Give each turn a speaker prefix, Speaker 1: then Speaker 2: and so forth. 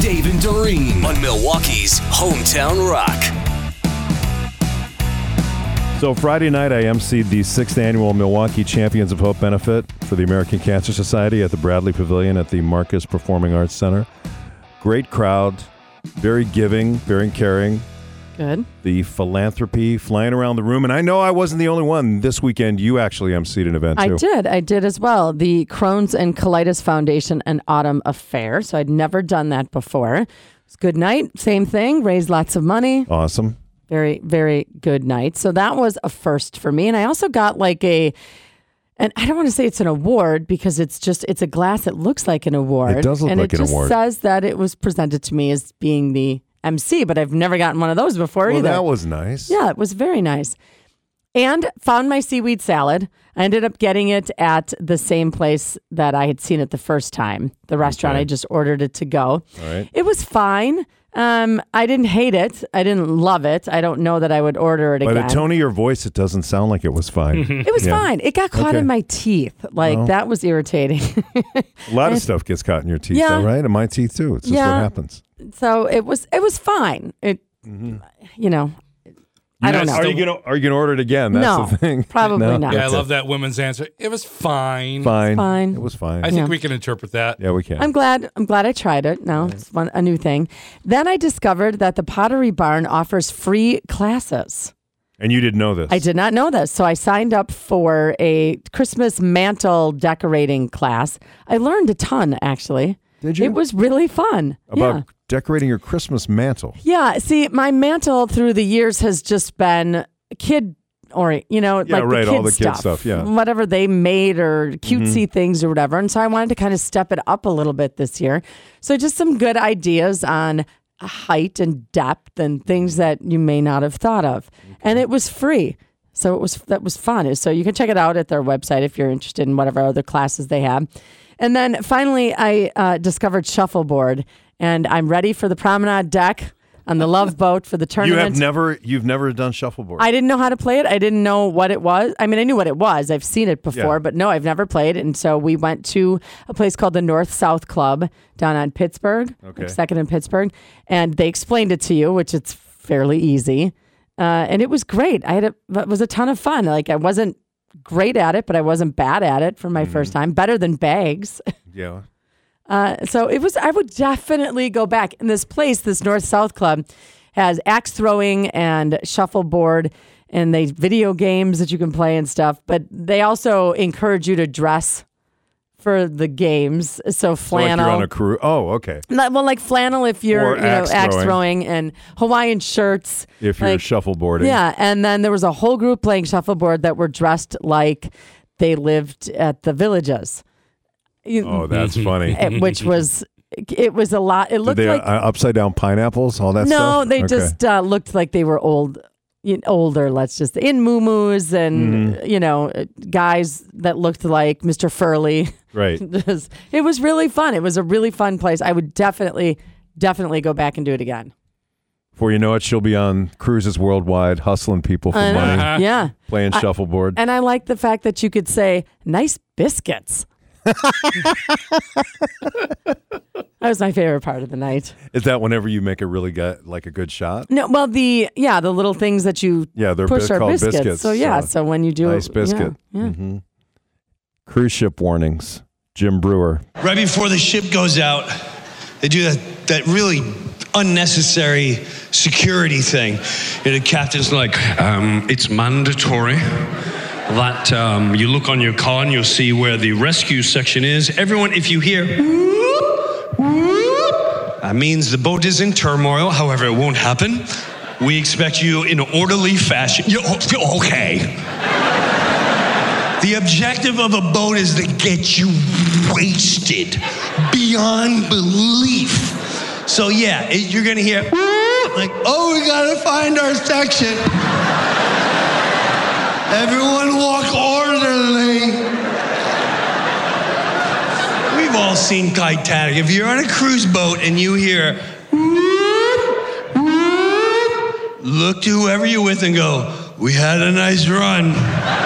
Speaker 1: Dave and Doreen on Milwaukee's Hometown Rock.
Speaker 2: So Friday night, I emceed the sixth annual Milwaukee Champions of Hope benefit for the American Cancer Society at the Bradley Pavilion at the Marcus Performing Arts Center. Great crowd, very giving, very caring.
Speaker 3: Good.
Speaker 2: The philanthropy flying around the room, and I know I wasn't the only one this weekend. You actually emceed an event
Speaker 3: I
Speaker 2: too.
Speaker 3: did. I did as well. The Crohn's and Colitis Foundation and Autumn Affair. So I'd never done that before. It's good night. Same thing. Raised lots of money.
Speaker 2: Awesome.
Speaker 3: Very, very good night. So that was a first for me. And I also got like a, and I don't want to say it's an award because it's just it's a glass that looks like an award.
Speaker 2: It does look
Speaker 3: and
Speaker 2: like
Speaker 3: it
Speaker 2: an
Speaker 3: just
Speaker 2: award.
Speaker 3: Says that it was presented to me as being the MC, but I've never gotten one of those before
Speaker 2: Well,
Speaker 3: either.
Speaker 2: that was nice.
Speaker 3: Yeah, it was very nice. And found my seaweed salad. I ended up getting it at the same place that I had seen it the first time, the restaurant. I just ordered it to go.
Speaker 2: All right.
Speaker 3: It was fine. Um, I didn't hate it. I didn't love it. I don't know that I would order it
Speaker 2: By the
Speaker 3: again.
Speaker 2: tone of your voice, it doesn't sound like it was fine.
Speaker 3: it was fine. It got caught
Speaker 2: Okay.
Speaker 3: in my teeth. Like that was irritating.
Speaker 2: A lot of stuff gets caught in your teeth,
Speaker 3: Yeah.
Speaker 2: though, right? And my teeth too. It's just
Speaker 3: Yeah.
Speaker 2: what happens.
Speaker 3: so it was it was fine. It
Speaker 2: Mm-hmm.
Speaker 3: you know I don't know.
Speaker 2: Are you gonna are you gonna order it again? That's
Speaker 3: No,
Speaker 2: the thing.
Speaker 3: probably not.
Speaker 4: Yeah, I
Speaker 2: That's
Speaker 4: love
Speaker 2: it.
Speaker 4: that woman's answer. It was fine.
Speaker 2: Fine.
Speaker 3: fine.
Speaker 2: It was fine.
Speaker 4: I think
Speaker 3: Yeah.
Speaker 4: we can interpret that.
Speaker 2: yeah, we can.
Speaker 3: I'm glad. I'm glad I tried it. Now it's one, a new thing. Then I discovered that the Pottery Barn offers free classes.
Speaker 2: and you didn't know this.
Speaker 3: I did not know this, so I signed up for a Christmas mantle decorating class. I learned a ton, actually.
Speaker 2: Did you?
Speaker 3: It was really fun.
Speaker 2: About
Speaker 3: yeah.
Speaker 2: decorating your Christmas mantle.
Speaker 3: Yeah. See, my mantle through the years has just been kid or you know,
Speaker 2: Yeah,
Speaker 3: like
Speaker 2: right,
Speaker 3: the
Speaker 2: all the
Speaker 3: kids
Speaker 2: kid stuff, yeah. Mm-hmm.
Speaker 3: Whatever they made or cutesy things or whatever. And so I wanted to kind of step it up a little bit this year. So just some good ideas on height and depth and
Speaker 2: Mm-hmm.
Speaker 3: things that you may not have thought of. And it was free. So it was that was fun. So you can check it out at their website if you're interested in whatever other classes they have. And then finally, I uh, discovered shuffleboard, and I'm ready for the promenade deck on the Love Boat for the
Speaker 2: You
Speaker 3: tournament.
Speaker 2: have never you've never done shuffleboard.
Speaker 3: I didn't know how to play it. I didn't know what it was. I mean, I knew what it was. I've seen it before,
Speaker 2: Yeah.
Speaker 3: but no, I've never played. And so we went to a place called the North South Club down on Pittsburgh, like
Speaker 2: Okay.
Speaker 3: second in Pittsburgh, and they explained it to you, which it's fairly easy. Uh, and it was great. I had a, it was a ton of fun. Like I wasn't great at it, but I wasn't bad at it for my
Speaker 2: Mm-hmm.
Speaker 3: first time. Better than bags.
Speaker 2: yeah.
Speaker 3: Uh, so it was. I would definitely go back. And this place, this North South Club, has axe throwing and shuffleboard, and they video games that you can play and stuff. But they also encourage you to dress for the games. So
Speaker 2: So like
Speaker 3: flannel.
Speaker 2: you're on a crew. Oh, okay.
Speaker 3: Not- well, like flannel if you're
Speaker 2: Or
Speaker 3: you know,
Speaker 2: axe
Speaker 3: axe,
Speaker 2: throwing.
Speaker 3: throwing. and Hawaiian shirts.
Speaker 2: If you're
Speaker 3: like-
Speaker 2: shuffleboarding.
Speaker 3: yeah, and then there was a whole group playing shuffleboard that were dressed like they lived at the villages. You-
Speaker 2: Oh, that's funny.
Speaker 3: it- Eh, which was it was a lot. It
Speaker 2: Did
Speaker 3: looked
Speaker 2: they
Speaker 3: like
Speaker 2: uh, upside down pineapples, all that
Speaker 3: no,
Speaker 2: stuff?
Speaker 3: they
Speaker 2: Okay.
Speaker 3: just uh, looked like they were old, you know, older. Let's just in muumuus and
Speaker 2: Mm-hmm.
Speaker 3: you know uh, guys that looked like Mr. Furley.
Speaker 2: Right.
Speaker 3: Just- it was really fun. It was a really fun place. I would definitely, definitely go back and do it again.
Speaker 2: Before you know it, she'll be on cruises worldwide, hustling people for
Speaker 3: And,
Speaker 2: money,
Speaker 4: Uh-huh.
Speaker 3: Yeah,
Speaker 2: playing shuffleboard.
Speaker 3: and I like the fact that you could say "nice biscuits." that was my favorite part of the night.
Speaker 2: Is that whenever you make a really good, like a good shot?
Speaker 3: No, well, the yeah, the little things that you
Speaker 2: Yeah, they're
Speaker 3: push
Speaker 2: bis-
Speaker 3: are
Speaker 2: called
Speaker 3: biscuits.
Speaker 2: biscuits,
Speaker 3: So yeah,
Speaker 2: so
Speaker 3: so when you do
Speaker 2: nice
Speaker 3: yeah,
Speaker 2: biscuit.
Speaker 3: yeah.
Speaker 2: hmm Cruise ship warnings. Jim Brewer.
Speaker 5: Right before the ship goes out, they do that, that really unnecessary security thing. And the captain's like, um, it's mandatory that um, you look on your car and you'll see where the rescue section is. Everyone, if you hear, "Whoop, whoop," that means the boat is in turmoil. However, it won't happen. We expect you in orderly fashion. You- oh, okay. The objective of a boat is to get you wasted beyond belief. So, yeah, it- you're gonna hear, like, oh, we gotta find our section. Everyone walk orderly. We've all seen Titanic. If you're on a cruise boat and you hear, look to whoever you're with and go, we had a nice run.